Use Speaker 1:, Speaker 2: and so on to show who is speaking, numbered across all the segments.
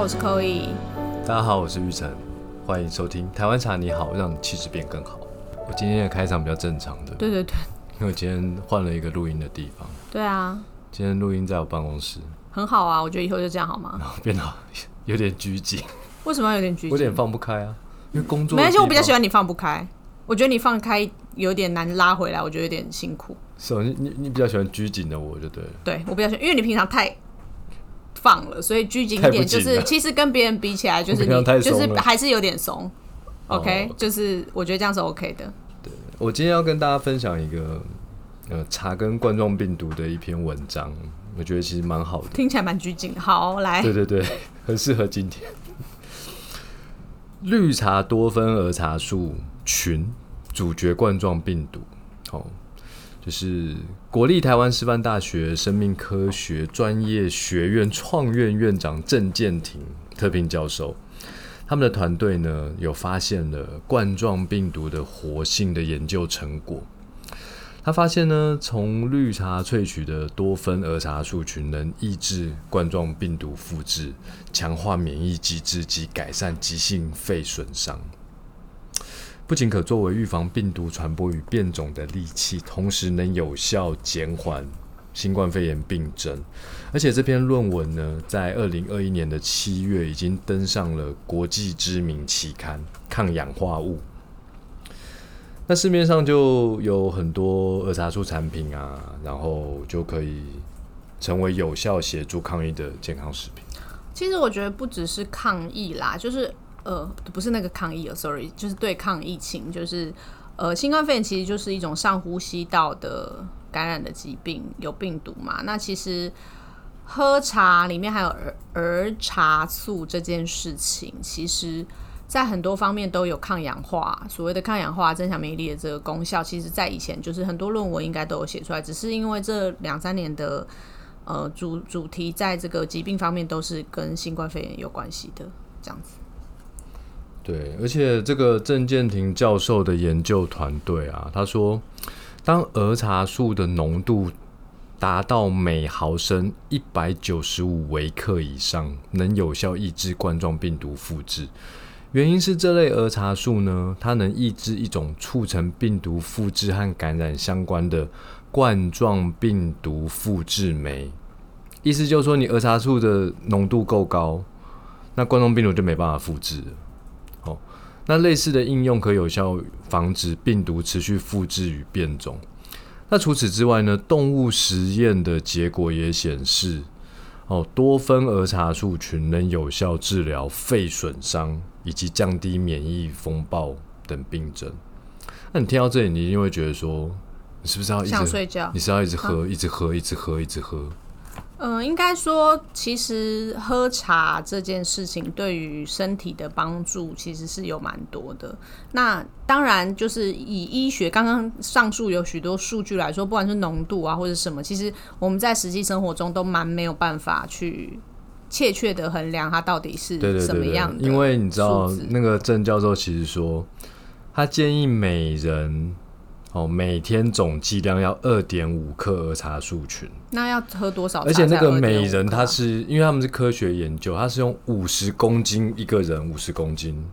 Speaker 1: 我是 Koi。
Speaker 2: 大家好，我是玉成，欢迎收听《台湾茶你好》，让你气质变更好。我今天的开场比较正常的，
Speaker 1: 对对对，
Speaker 2: 因为我今天换了一个录音的地方，
Speaker 1: 对啊，
Speaker 2: 今天录音在我办公室，
Speaker 1: 很好啊，我觉得以后就这样好吗？
Speaker 2: 然后变得 有点拘谨，
Speaker 1: 为什么要有点拘
Speaker 2: 哦 我有
Speaker 1: 谨？
Speaker 2: 点放不开啊，因为工作
Speaker 1: 没关系，我比较喜
Speaker 2: 欢。
Speaker 1: 欢你放不开。我觉得你放开有点难拉回来，我觉得有点辛苦。
Speaker 2: 首先，啊你你比较喜欢拘谨的我就对了，
Speaker 1: 对我比较喜欢，因为你平常太放了，所以拘谨一
Speaker 2: 太
Speaker 1: 点，
Speaker 2: 不紧
Speaker 1: 就
Speaker 2: 了
Speaker 1: 是其实跟别人比起来，就是
Speaker 2: 我平常
Speaker 1: 你
Speaker 2: 太
Speaker 1: 就
Speaker 2: 松
Speaker 1: 是
Speaker 2: 了
Speaker 1: 还是有点怂。
Speaker 2: 哦
Speaker 1: OK，、就是我觉得这样是 OK 的。
Speaker 2: 我今天要跟大家分享一个呃茶跟冠状病毒的一篇文章，我觉得其实蛮好的。
Speaker 1: 听起来蛮拘谨。好，来，
Speaker 2: 对对 对，很适合今天。绿茶多酚儿茶素群主角冠状病毒，哦，就是国立台湾师范大学生命科学专业学院创院院长郑建廷特聘教授，他们的团队呢有发现了冠状病毒的活性的研究成果。他发现呢，从绿茶萃取的多酚儿茶素群能抑制冠状病毒复制，强化免疫机制及改善急性肺损伤。不仅可作为预防病毒传播与变种的利器，同时能有效减缓新冠肺炎病症。而且这篇论文呢，在二零二一年的七月已经登上了国际知名期刊《抗氧化物》。那市面上就有很多儿茶素产品啊，然后就可以成为有效协助抗疫的健康食品。
Speaker 1: 其实我觉得不只是抗疫啦，就是呃，不是那个抗疫哦，sorry，就是对抗疫情，就是呃，新冠肺炎其实就是一种上呼吸道的感染的疾病，有病毒嘛。那其实喝茶里面还有儿儿茶素这件事情，其实。在很多方面都有抗氧化，所谓的抗氧化增强免疫力的这个功效，其实在以前就是很多论文应该都有写出来，只是因为这两三年的呃主主题在这个疾病方面都是跟新冠肺炎有关系的，这样子。
Speaker 2: 对，而且这个郑建廷教授的研究团队啊，他说，当儿茶素的浓度达到每毫升一百九十五微克以上，能有效抑制冠状病毒复制。原因是这类儿茶素呢，它能抑制一种促成病毒复制和感染相关的冠状病毒复制酶。意思就是说，你儿茶素的浓度够高，那冠状病毒就没办法复制了。哦，那类似的应用可有效防止病毒持续复制与变种。那除此之外呢，动物实验的结果也显示，哦，多酚儿茶素群能有效治疗肺损伤以及降低免疫风暴等病症。那你听到这里，你一定会觉得说，你是不是要一
Speaker 1: 想
Speaker 2: 直
Speaker 1: 睡觉
Speaker 2: 你是要一直喝、一直喝、一直喝、一直喝？
Speaker 1: 嗯、应该说，其实喝茶这件事情对于身体的帮助其实是有蛮多的。那当然，就是以医学刚刚上述有许多数据来说，不管是浓度啊或者什么，其实我们在实际生活中都蛮没有办法去切切的衡量它到底是
Speaker 2: 对对
Speaker 1: 什么
Speaker 2: 对对
Speaker 1: 样的，
Speaker 2: 因为你知道
Speaker 1: 数字
Speaker 2: 那个郑教授其实说，他建议每人哦每天总剂量要二点五克儿茶素群，
Speaker 1: 那要喝多少茶
Speaker 2: 而
Speaker 1: 才
Speaker 2: 且
Speaker 1: 有
Speaker 2: 那
Speaker 1: 点五克
Speaker 2: 个
Speaker 1: 啊？
Speaker 2: 每人他是因为他们是科学研究，他是用五十公斤一个人五十公斤，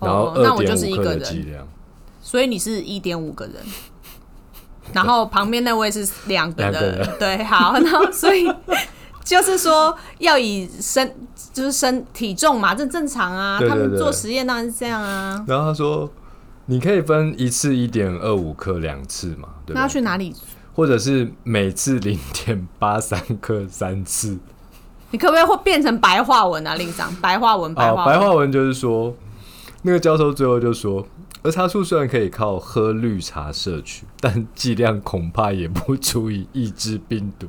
Speaker 2: 然后
Speaker 1: 哦那
Speaker 2: 二
Speaker 1: 我就
Speaker 2: 点
Speaker 1: 是一
Speaker 2: 五
Speaker 1: 个
Speaker 2: 克的
Speaker 1: 人
Speaker 2: 剂量，
Speaker 1: 所以你是一点五个人，然后旁边那位是两个人，
Speaker 2: 两个人
Speaker 1: 对，好，然后所以就是说要以身就是身体重嘛，这正常啊，
Speaker 2: 对对
Speaker 1: 他们
Speaker 2: 对
Speaker 1: 做实验当然是这样啊。
Speaker 2: 然后他说你可以分一次一点二五克两次嘛，对
Speaker 1: 那
Speaker 2: 吧
Speaker 1: 要？去哪里？
Speaker 2: 或者是每次零点八三克三次。
Speaker 1: 你可不可以会变成白话文啊，令长？白话文， 白
Speaker 2: 啊，
Speaker 1: 话
Speaker 2: 白
Speaker 1: 文。
Speaker 2: 话文就是说，那个教授最后就说，儿茶素虽然可以靠喝绿茶摄取，但剂量恐怕也不足以抑制病 毒。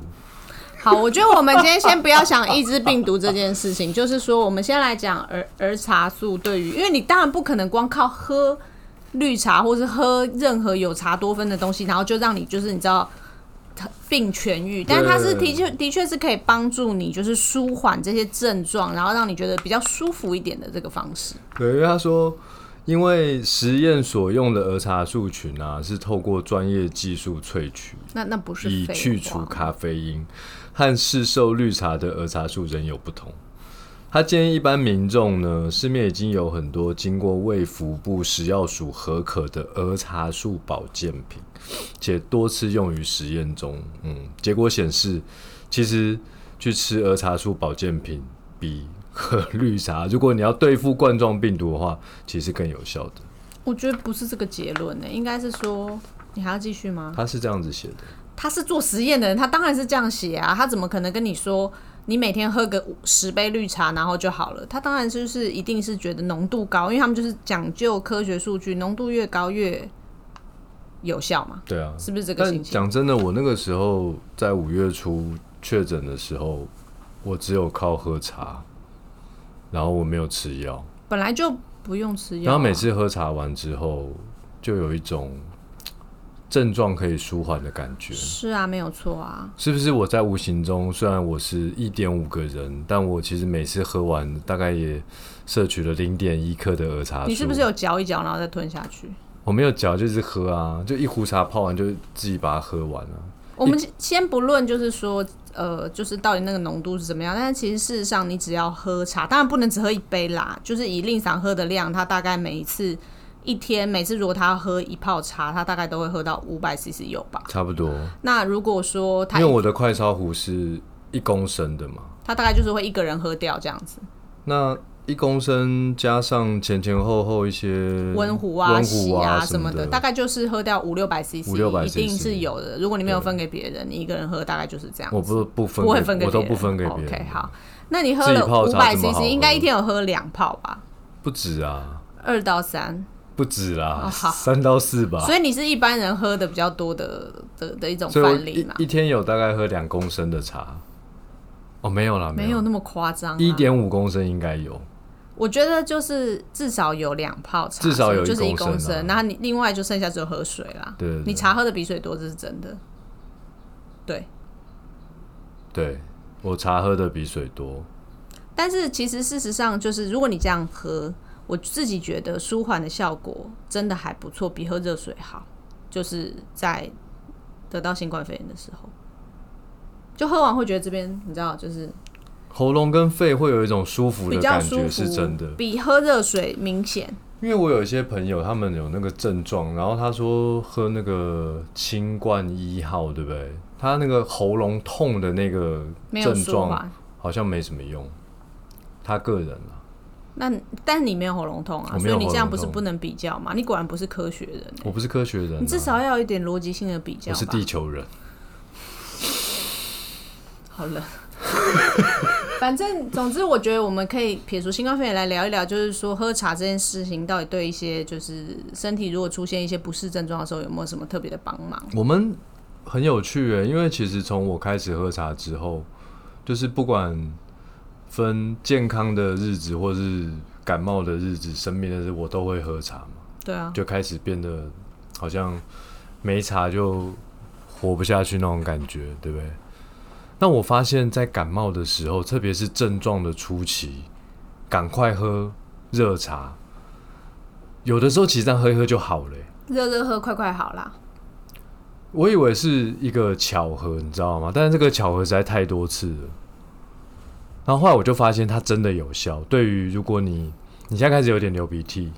Speaker 1: 好，我觉得我们今天先不要想抑制病毒这件事情， 就是说，我们先来讲儿儿茶素对于，因为你当然不可能光靠喝绿茶或是喝任何有茶多酚的东西，然后就让你就是你知道病痊愈，但是它是的确的确是可以帮助你就是舒缓这些症状，然后让你觉得比较舒服一点的这个方式。
Speaker 2: 对，因为他说，因为实验所用的儿茶素群啊，是透过专业技术萃取，
Speaker 1: 那那不是
Speaker 2: 以
Speaker 1: 废
Speaker 2: 去除
Speaker 1: 话
Speaker 2: 咖啡因，和市售绿茶的儿茶素仍有不同。他建议一般民众呢，市面已经有很多经过卫福部食药署核可的儿茶素保健品，且多次用于实验中。嗯，结果显示，其实去吃儿茶素保健品比喝 绿茶，如果你要对付冠状病毒的话，其实更有效的。
Speaker 1: 我觉得不是这个结论呢、应该是说你还要继续吗？
Speaker 2: 他是这样子写的。
Speaker 1: 他是做实验的人，他当然是这样写啊，他怎么可能跟你说你每天喝个十杯绿茶然后就好了？他当然就是一定是觉得浓度高，因为他们就是讲究科学数据，浓度越高越有效嘛，
Speaker 2: 对啊，
Speaker 1: 是不是这个
Speaker 2: 但
Speaker 1: 信息？
Speaker 2: 讲真的，我那个时候在五月初确诊的时候，我只有靠喝茶，然后我没有吃药。
Speaker 1: 本来就不用吃药啊、
Speaker 2: 然后每次喝茶完之后，就有一种嘖症状可以舒缓的感觉。
Speaker 1: 是啊，没有错啊，
Speaker 2: 是不是我在无形中，虽然我是一点五个人，但我其实每次喝完大概也摄取了零点一克的儿茶素。
Speaker 1: 你是不是有嚼一嚼然后再吞下去？
Speaker 2: 我没有嚼，就是喝啊，就一壶茶泡完就自己把它喝完啊。
Speaker 1: 我们先不论，就是说，呃，就是到底那个浓度是怎么样，但是其实事实上，你只要喝茶，当然不能只喝一杯啦，就是以令赏喝的量，他大概每一次一天，每次如果他要喝一泡茶，他大概都会喝到五百 CC 有吧？
Speaker 2: 差不多。
Speaker 1: 那如果说
Speaker 2: 因
Speaker 1: 他
Speaker 2: 为我的快烧壶是一公升的嘛，
Speaker 1: 他大概就是会一个人喝掉这样子，
Speaker 2: 那一公升加上前前后后一些
Speaker 1: 温壶啊、
Speaker 2: 嗯温
Speaker 1: 洗
Speaker 2: 壶啊
Speaker 1: 什么
Speaker 2: 的，
Speaker 1: 大概就是喝掉五六百 CC，
Speaker 2: 五六百
Speaker 1: 一
Speaker 2: CC
Speaker 1: 定是有的。如果你没有分给别人，你一个人喝大概就是这样子。
Speaker 2: 我不不分
Speaker 1: 不会
Speaker 2: 给
Speaker 1: 分给
Speaker 2: 我都不分给别
Speaker 1: OK，
Speaker 2: 人，
Speaker 1: 好，那你喝
Speaker 2: 自己
Speaker 1: 了
Speaker 2: 泡
Speaker 1: 五
Speaker 2: 茶
Speaker 1: 百
Speaker 2: 这么
Speaker 1: CC，
Speaker 2: 好喝
Speaker 1: 应该一天有喝两泡吧？
Speaker 2: 不止啊，
Speaker 1: 二到三，
Speaker 2: 不止啦，
Speaker 1: 哦好
Speaker 2: 三到四吧。
Speaker 1: 所以你是一般人喝的比较多的的的一种
Speaker 2: 啊所以我
Speaker 1: 范例
Speaker 2: 一
Speaker 1: 嘛？
Speaker 2: 一天有大概喝两公升的茶，哦，没有啦，
Speaker 1: 没有
Speaker 2: 有，
Speaker 1: 那么夸张、啊，
Speaker 2: 一点五公升应该有，
Speaker 1: 我觉得就是至少有两泡茶，
Speaker 2: 至少有一
Speaker 1: 就是一
Speaker 2: 公
Speaker 1: 公
Speaker 2: 升啊
Speaker 1: 升，然后你另外就剩下只有喝水啦。
Speaker 2: 对对对
Speaker 1: 哦你茶喝的比水多，这是真的。对，
Speaker 2: 对我茶喝的比水多，
Speaker 1: 但是其实事实上就是，如果你这样喝，我自己觉得舒缓的效果真的还不错，比喝热水好。就是在得到新冠肺炎的时候，就喝完会觉得这边你知道，就是
Speaker 2: 喉咙跟肺会有一种舒服
Speaker 1: 比
Speaker 2: 的
Speaker 1: 较
Speaker 2: 感
Speaker 1: 舒
Speaker 2: 觉，
Speaker 1: 服，
Speaker 2: 是真的。
Speaker 1: 比喝热水明显。
Speaker 2: 因为我有一些朋友，他们有那个症状，然后他说喝那个清冠一号，对不对？他那个喉咙痛的那个
Speaker 1: 没有
Speaker 2: 症
Speaker 1: 舒
Speaker 2: 状
Speaker 1: 缓。
Speaker 2: 好像没什么用，他个人啊，
Speaker 1: 那但你没有喉咙痛啊，
Speaker 2: 我
Speaker 1: 所
Speaker 2: 没有
Speaker 1: 以你这样
Speaker 2: 喉咙
Speaker 1: 不是
Speaker 2: 痛
Speaker 1: 不能比较嘛？你果然不是科学人，
Speaker 2: 我不是科学人、啊，
Speaker 1: 你至少要有一点逻辑性的比较
Speaker 2: 我是
Speaker 1: 吧。
Speaker 2: 地球人。
Speaker 1: 好了， 反正总之，我觉得我们可以撇除新冠肺炎来聊一聊，就是说喝茶这件事情到底对一些就是身体如果出现一些不适症状的时候，有没有什么特别的帮忙？
Speaker 2: 我们很有趣诶，因为其实从我开始喝茶之后，就是不管分健康的日子或是感冒的日子、生病的日子，我都会喝茶嘛。
Speaker 1: 对啊，
Speaker 2: 就开始变得好像没茶就活不下去那种感觉，对不对？那我发现，在感冒的时候，特别是症状的初期，赶快喝热茶。有的时候其实这样喝一喝就好了欸、
Speaker 1: 热热喝快快好啦。
Speaker 2: 我以为是一个巧合，你知道吗？但是这个巧合实在太多次了。然后后来我就发现它真的有效。对于如果你你现在开始有点流鼻涕，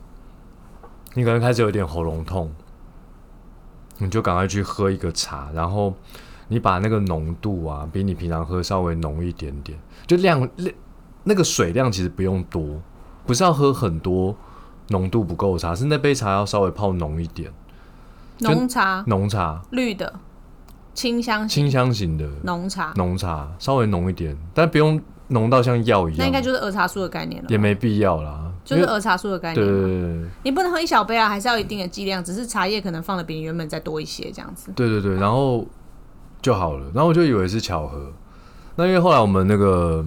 Speaker 2: 你可能开始有点喉咙痛，你就赶快去喝一个茶，然后你把那个浓度啊，比你平常喝稍微浓一点点，就量量那个水量其实不用多，不是要喝很多浓度不够的茶，是那杯茶要稍微泡浓一点，就
Speaker 1: 浓茶
Speaker 2: 浓茶
Speaker 1: 绿的清香型
Speaker 2: 清香型的。
Speaker 1: 浓茶，
Speaker 2: 浓茶，稍微浓一点，但不用浓到像药一样，
Speaker 1: 那应该就是儿茶素的概念了
Speaker 2: 也。没必要啦。
Speaker 1: 就是
Speaker 2: 因为
Speaker 1: 儿茶素的概
Speaker 2: 对
Speaker 1: 念
Speaker 2: 对
Speaker 1: 嘛，
Speaker 2: 对
Speaker 1: 你不能喝一小杯啊，还是要有一定的剂量，只是茶叶可能放的比你原本再多一些这样子。
Speaker 2: 对对对，然后就好了。然后我就以为是巧合，那因为后来我们那个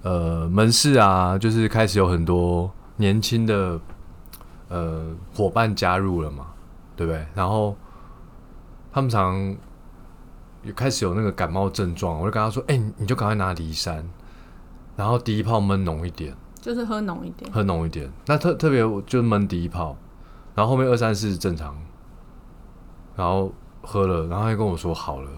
Speaker 2: 呃门市啊，就是开始有很多年轻的呃伙伴加入了嘛，对不对？然后他们常也开始有那个感冒症状，我就跟他说：“哎、你你就赶快拿梨山，然后第一泡闷浓一点。”
Speaker 1: 就是喝浓一点，
Speaker 2: 喝浓一点。那特特别我就闷第一泡，然后后面二三四正常，然后喝了，然后他就跟我说好了，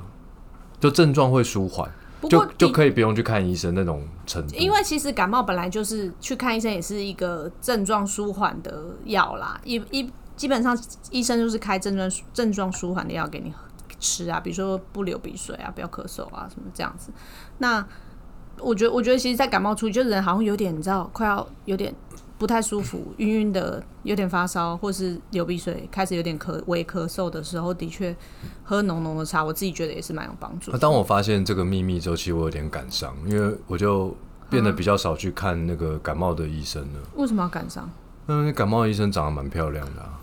Speaker 2: 就症状会舒缓。
Speaker 1: 不
Speaker 2: 就
Speaker 1: 过
Speaker 2: 就
Speaker 1: 的
Speaker 2: 可以不用去看医生那种程度。
Speaker 1: 因为其实感冒本来就是去看医生也是一个症状舒缓的药啦，一一基本上医生就是开症状症状舒缓的药给你吃啊，比如说不流鼻水啊，不要咳嗽啊，什么这样子。那我觉得，我觉得其实，在感冒初期，就人好像有点你知道，快要有点不太舒服，晕晕的，有点发烧，或是流鼻水，开始有点咳微咳嗽的时候，的确喝浓浓的茶，我自己觉得也是蛮有帮助
Speaker 2: 那。嗯当我发现这个秘密之后，其实我有点感伤，因为我就变得比较少去看那个感冒的医生了。嗯
Speaker 1: 为什么要感伤？
Speaker 2: 那那感冒医生长得蛮漂亮的、啊，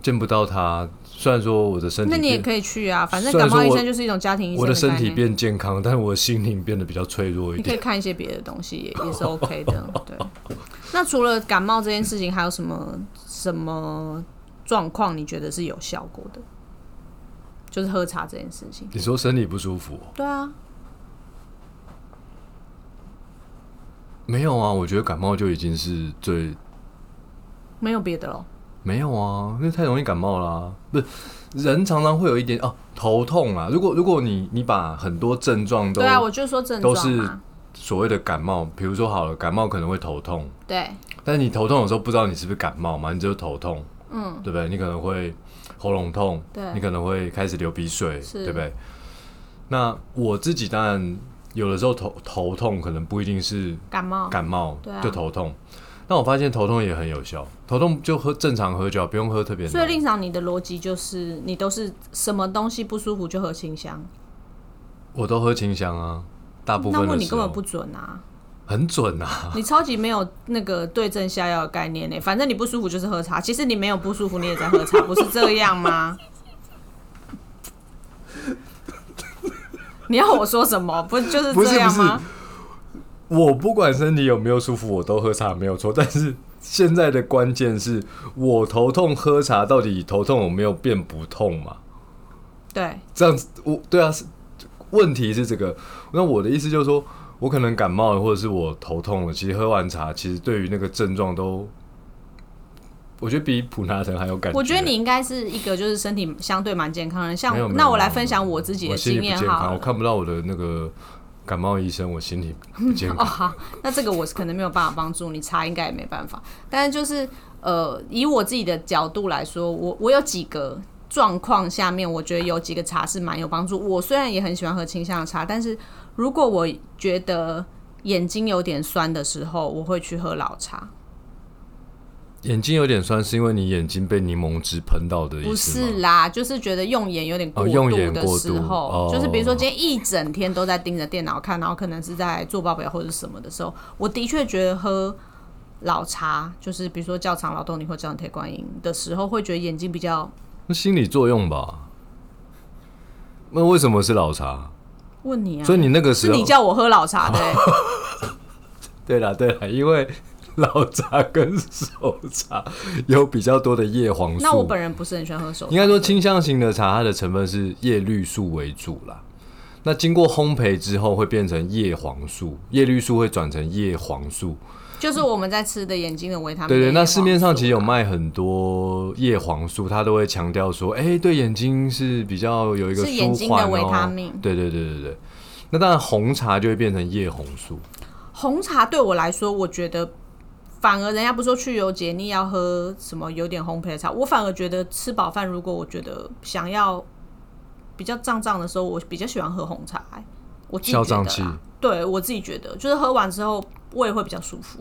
Speaker 2: 见不到他，虽然说我的身体
Speaker 1: 那
Speaker 2: 变，
Speaker 1: 你也可以去啊，反正
Speaker 2: 虽
Speaker 1: 感
Speaker 2: 然
Speaker 1: 冒
Speaker 2: 说
Speaker 1: 医
Speaker 2: 我
Speaker 1: 生就是一种家庭医生
Speaker 2: 我的身
Speaker 1: 概
Speaker 2: 体
Speaker 1: 念，
Speaker 2: 变健康，但我心灵变得比较脆弱一
Speaker 1: 你可以
Speaker 2: 点。
Speaker 1: 看一些别的东西也也是 OK 的。对，那除了感冒这件事情，还有什么什么状况你觉得是有效果的？就是喝茶这件事情。
Speaker 2: 你说身体不舒服哦、
Speaker 1: 对啊，
Speaker 2: 没有啊？我觉得感冒就已经是最
Speaker 1: 没有别的咯。
Speaker 2: 没有啊，那太容易感冒啦、不是，人常常会有一点哦、头痛啊。如果如果你你把很多症状都
Speaker 1: 对啊，我就说症
Speaker 2: 都
Speaker 1: 状
Speaker 2: 是
Speaker 1: 嘛。
Speaker 2: 所谓的感冒，比如说好了，感冒可能会头痛，
Speaker 1: 对，
Speaker 2: 但是你头痛的时候不知道你是不是感冒嘛，你只有头痛，
Speaker 1: 嗯，
Speaker 2: 对不对？你可能会喉咙痛，
Speaker 1: 对
Speaker 2: 你可能会开始流鼻水，
Speaker 1: 是
Speaker 2: 对不对？那我自己当然有的时候头头痛可能不一定是
Speaker 1: 感冒。
Speaker 2: 感冒，
Speaker 1: 对啊
Speaker 2: 就头痛。但我发现头痛也很有效，头痛就喝正常喝就好，不用喝特别浓。
Speaker 1: 所以令赏你的逻辑就是，你都是什么东西不舒服就喝清香，
Speaker 2: 我都喝清香啊，大部
Speaker 1: 那
Speaker 2: 分
Speaker 1: 问
Speaker 2: 的
Speaker 1: 你
Speaker 2: 时
Speaker 1: 根
Speaker 2: 候
Speaker 1: 本不准啊！
Speaker 2: 很准啊。
Speaker 1: 你超级没有那个对症下药的概念呢、反正你不舒服就是喝茶，其实你没有不舒服，你也在喝茶，不是这样吗？ 你要我说什么？不就是
Speaker 2: 不是
Speaker 1: 这样吗？
Speaker 2: 我不管身体有没有舒服，我都喝茶没有错。但是现在的关键是我头痛喝茶，到底头痛有没有变不痛嘛？
Speaker 1: 对，
Speaker 2: 这样子，我对啊，是问题是这个。那我的意思就是说，我可能感冒了，或者是我头痛了，其实喝完茶，其实对于那个症状都，我觉得比普拿疼还有感觉。啊
Speaker 1: 我觉得你应该是一个就是身体相对蛮健康的人，像
Speaker 2: 没有没有
Speaker 1: 那我来
Speaker 2: 没有
Speaker 1: 分享我自己
Speaker 2: 我
Speaker 1: 的
Speaker 2: 心
Speaker 1: 经
Speaker 2: 理
Speaker 1: 验
Speaker 2: 不健
Speaker 1: 好
Speaker 2: 康，我
Speaker 1: 了。
Speaker 2: 看不到我的那个感冒医生，我心里不健
Speaker 1: 哦，
Speaker 2: 康。
Speaker 1: 好，那这个我是可能没有办法帮助你，查应该也没办法。但是就是呃，以我自己的角度来说，我我有几个状况下面，我觉得有几个茶是蛮有帮助。我虽然也很喜欢喝清香的茶，但是如果我觉得眼睛有点酸的时候，我会去喝老茶。
Speaker 2: 眼睛有点酸，是因为你眼睛被柠檬汁喷到的意
Speaker 1: 不
Speaker 2: 思吗？
Speaker 1: 是啦，就是觉得用眼有点过
Speaker 2: 哦用眼
Speaker 1: 度的
Speaker 2: 过
Speaker 1: 时
Speaker 2: 度
Speaker 1: 候，
Speaker 2: 哦
Speaker 1: 就是比如说今天一整天都在盯着电脑看，然后可能是在做报表或者什么的时候，我的确觉得喝老茶，就是比如说教场劳动你或教场铁观音的时候，会觉得眼睛比较。
Speaker 2: 那心理作用吧。那为什么是老茶？
Speaker 1: 问你啊，
Speaker 2: 所以你那个时
Speaker 1: 是
Speaker 2: 候
Speaker 1: 你叫我喝老茶 的欸、
Speaker 2: 对啦对啦，因为 老茶跟熟茶 有比较多的叶黄素。
Speaker 1: 那我本人不是很喜欢喝手
Speaker 2: 应该说清香型的茶，它的成分是叶绿素为主啦。那经过烘焙之后，会变成叶黄素，叶绿素会转成叶黄素。
Speaker 1: 就是我们在吃的眼睛的维他命。
Speaker 2: 对对，那市面上其实有卖很多叶黄素，它都会强调说，哎、对眼睛是比较有一个
Speaker 1: 是眼
Speaker 2: 舒
Speaker 1: 睛的
Speaker 2: 缓哦。
Speaker 1: 维他命
Speaker 2: 对对对对对。那当然，红茶就会变成叶红素。
Speaker 1: 红茶对我来说，我觉得反而人家不是说去油解腻要喝什么有点烘焙的茶，我反而觉得吃饱饭，如果我觉得想要比较胀胀的时候，我比较喜欢喝红茶、欸我自己觉
Speaker 2: 消
Speaker 1: 得
Speaker 2: 胀气
Speaker 1: 啦，对我自己觉得，就是喝完之后胃会比较舒服，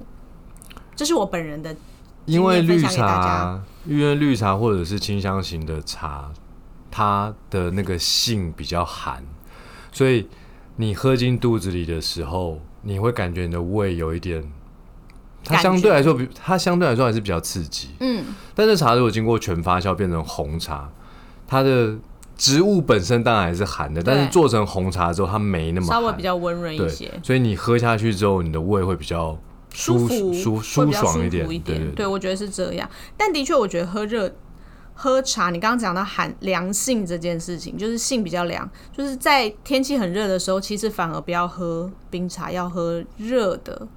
Speaker 1: 这是我本人的
Speaker 2: 因为绿
Speaker 1: 今天分享给大
Speaker 2: 茶
Speaker 1: 家，
Speaker 2: 因为绿茶或者是清香型的茶，它的那个性比较寒，所以你喝进肚子里的时候，你会感觉你的胃有一点，它
Speaker 1: 感觉
Speaker 2: 相对来说比它相对来说还是比较刺激。
Speaker 1: 嗯，
Speaker 2: 但是茶如果经过全发酵变成红茶，它的植物本身当然还是寒的，
Speaker 1: 对
Speaker 2: 但是做成红茶之后，它没那么
Speaker 1: 稍微
Speaker 2: 寒
Speaker 1: 比较温润一
Speaker 2: 对
Speaker 1: 些。，
Speaker 2: 所以你喝下去之后，你的胃会比较舒
Speaker 1: 服、
Speaker 2: 舒
Speaker 1: 会
Speaker 2: 舒
Speaker 1: 比较舒
Speaker 2: 爽
Speaker 1: 服
Speaker 2: 一点，
Speaker 1: 一
Speaker 2: 对对
Speaker 1: 对我觉得是这样。但的确，我觉得喝热喝茶，你刚刚讲到寒凉性这件事情，就是性比较凉，就是在天气很热的时候，其实反而不要喝冰茶，要喝热的。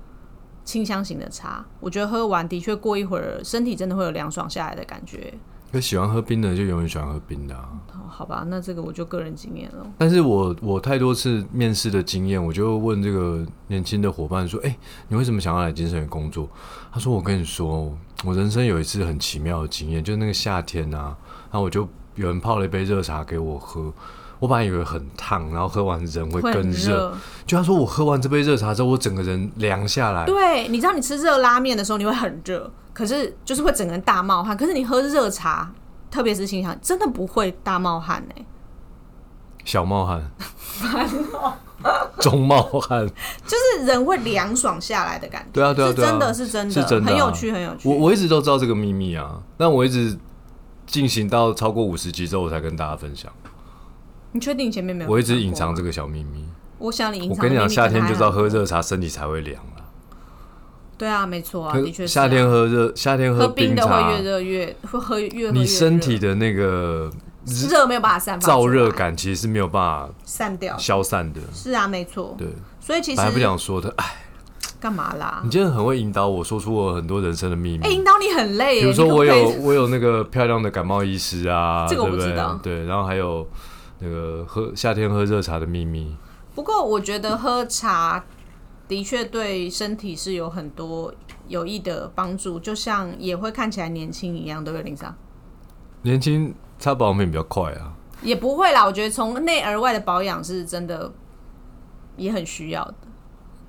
Speaker 1: 清香型的茶，我觉得喝完的确过一会儿，身体真的会有凉爽下来的感觉。
Speaker 2: 那喜欢喝冰的就永远喜欢喝冰的、啊。
Speaker 1: 哦，好吧，那这个我就个人经验了。
Speaker 2: 但是我我太多次面试的经验，我就问这个年轻的伙伴说：“哎、你为什么想要来精神园工作？”他说：“我跟你说，哦我人生有一次很奇妙的经验，就是那个夏天啊，然后我就有人泡了一杯热茶给我喝，我本来以为很烫，然后喝完人会
Speaker 1: 会很
Speaker 2: 更热，，就他说我喝完这杯热茶之后，我整个人凉 下来，
Speaker 1: 对，你知道你吃热拉面的时候你会很热，可是就是会整个人大冒汗。可是你喝热茶，特别是清香，真的不会大冒汗哎、
Speaker 2: 小冒汗，
Speaker 1: 哦
Speaker 2: 中冒汗。”
Speaker 1: 就是人会凉爽下来的感觉。
Speaker 2: 对啊对啊
Speaker 1: 是
Speaker 2: 对啊
Speaker 1: 真的是真的，
Speaker 2: 是真的啊
Speaker 1: 很有趣，很有趣。
Speaker 2: 我我一直都知道这个秘密啊，但我一直进行到超过五十集之后，我才跟大家分享。
Speaker 1: 你确定你前面没有？
Speaker 2: 我一直隐藏。这个小秘密。
Speaker 1: 我想你隐藏。
Speaker 2: 我跟你讲，夏天就知道。喝热茶，身体才会凉了。
Speaker 1: 对啊，没错啊，
Speaker 2: 可
Speaker 1: 的确是啊、
Speaker 2: 夏天喝热，夏天
Speaker 1: 喝
Speaker 2: 冰
Speaker 1: 的
Speaker 2: 茶
Speaker 1: 会，越热越会喝越喝越
Speaker 2: 你身
Speaker 1: 热
Speaker 2: 体的那个
Speaker 1: 热没有办法散发出来
Speaker 2: 燥热感其实是没有办
Speaker 1: 散掉
Speaker 2: 法。消散的。
Speaker 1: 是啊，没错。
Speaker 2: 对，
Speaker 1: 所以其实
Speaker 2: 本来不想嗯说的，哎，
Speaker 1: 干嘛啦
Speaker 2: 你？今天很会引导我说出我很多人生的秘密
Speaker 1: 哎、。引导你很累耶。
Speaker 2: 比如说
Speaker 1: 你可
Speaker 2: 我
Speaker 1: 不可以
Speaker 2: 有我有那个漂亮的感冒医师啊，
Speaker 1: 这个我
Speaker 2: 对不
Speaker 1: 不知
Speaker 2: 对
Speaker 1: 道
Speaker 2: 对，然后还有那个喝夏天喝热茶的秘密，
Speaker 1: 不过我觉得喝茶的确对身体是有很多有益的帮助，就像也会看起来年轻一样，对不对，林莎？
Speaker 2: 年轻擦保养品比较快啊。
Speaker 1: 也不会啦，我觉得从内而外的保养是真的也很需要的，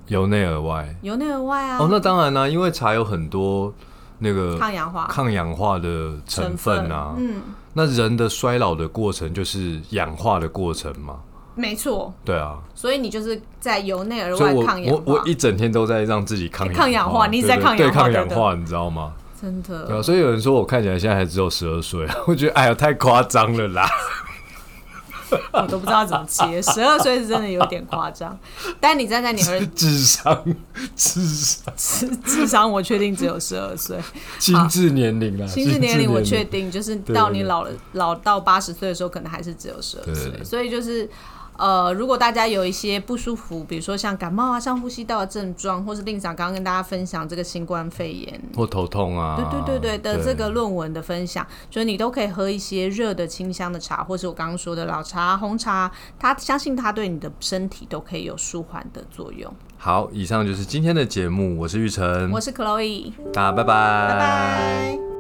Speaker 2: 由内而外。
Speaker 1: 由内而外啊，
Speaker 2: 哦，那当然啦、因为茶有很多那个
Speaker 1: 抗氧化
Speaker 2: 抗氧化的成分啊。
Speaker 1: 嗯，
Speaker 2: 那人的衰老的过程就是氧化的过程嘛。
Speaker 1: 没错，
Speaker 2: 对啊，
Speaker 1: 所以你就是在由内而
Speaker 2: 所
Speaker 1: 外
Speaker 2: 以我
Speaker 1: 抗氧
Speaker 2: 我
Speaker 1: 化哎
Speaker 2: 我，一整天都在让自己抗氧
Speaker 1: 抗氧化你一直在
Speaker 2: 对
Speaker 1: 抗
Speaker 2: 对
Speaker 1: 氧化
Speaker 2: 对抗
Speaker 1: 对
Speaker 2: 氧
Speaker 1: 不
Speaker 2: 化，你知道吗？
Speaker 1: 真
Speaker 2: 对啊，
Speaker 1: 的
Speaker 2: 所以有人说我看起来现在还只有十二岁， 我觉得哎呀太夸张了啦。
Speaker 1: 我都不知道怎么接，十二岁是真的有点夸张，但你站在你儿
Speaker 2: 智商智商
Speaker 1: 子智商，我确定只有十二岁。
Speaker 2: 心智年龄啊啦，
Speaker 1: 啊心智年龄我确
Speaker 2: 定。
Speaker 1: 定，就是
Speaker 2: 对
Speaker 1: 到
Speaker 2: 对
Speaker 1: 你
Speaker 2: 对
Speaker 1: 老了老到八十岁的时候，可能还是只有十二
Speaker 2: 对对
Speaker 1: 岁，
Speaker 2: 对
Speaker 1: 所以就是。呃，如果大家有一些不舒服，比如说像感冒啊、上呼吸道的症状，或是令长刚刚跟大家分享这个新冠肺炎，
Speaker 2: 或头痛啊，
Speaker 1: 对对对对的这个论文的分享，就是你都可以喝一些热的清香的茶，或是我刚刚说的老茶、红茶，它相信它对你的身体都可以有舒缓的作用。
Speaker 2: 好，以上就是今天的节目，我是玉成
Speaker 1: 我，是 Chloe，
Speaker 2: 大家拜拜，
Speaker 1: 拜拜。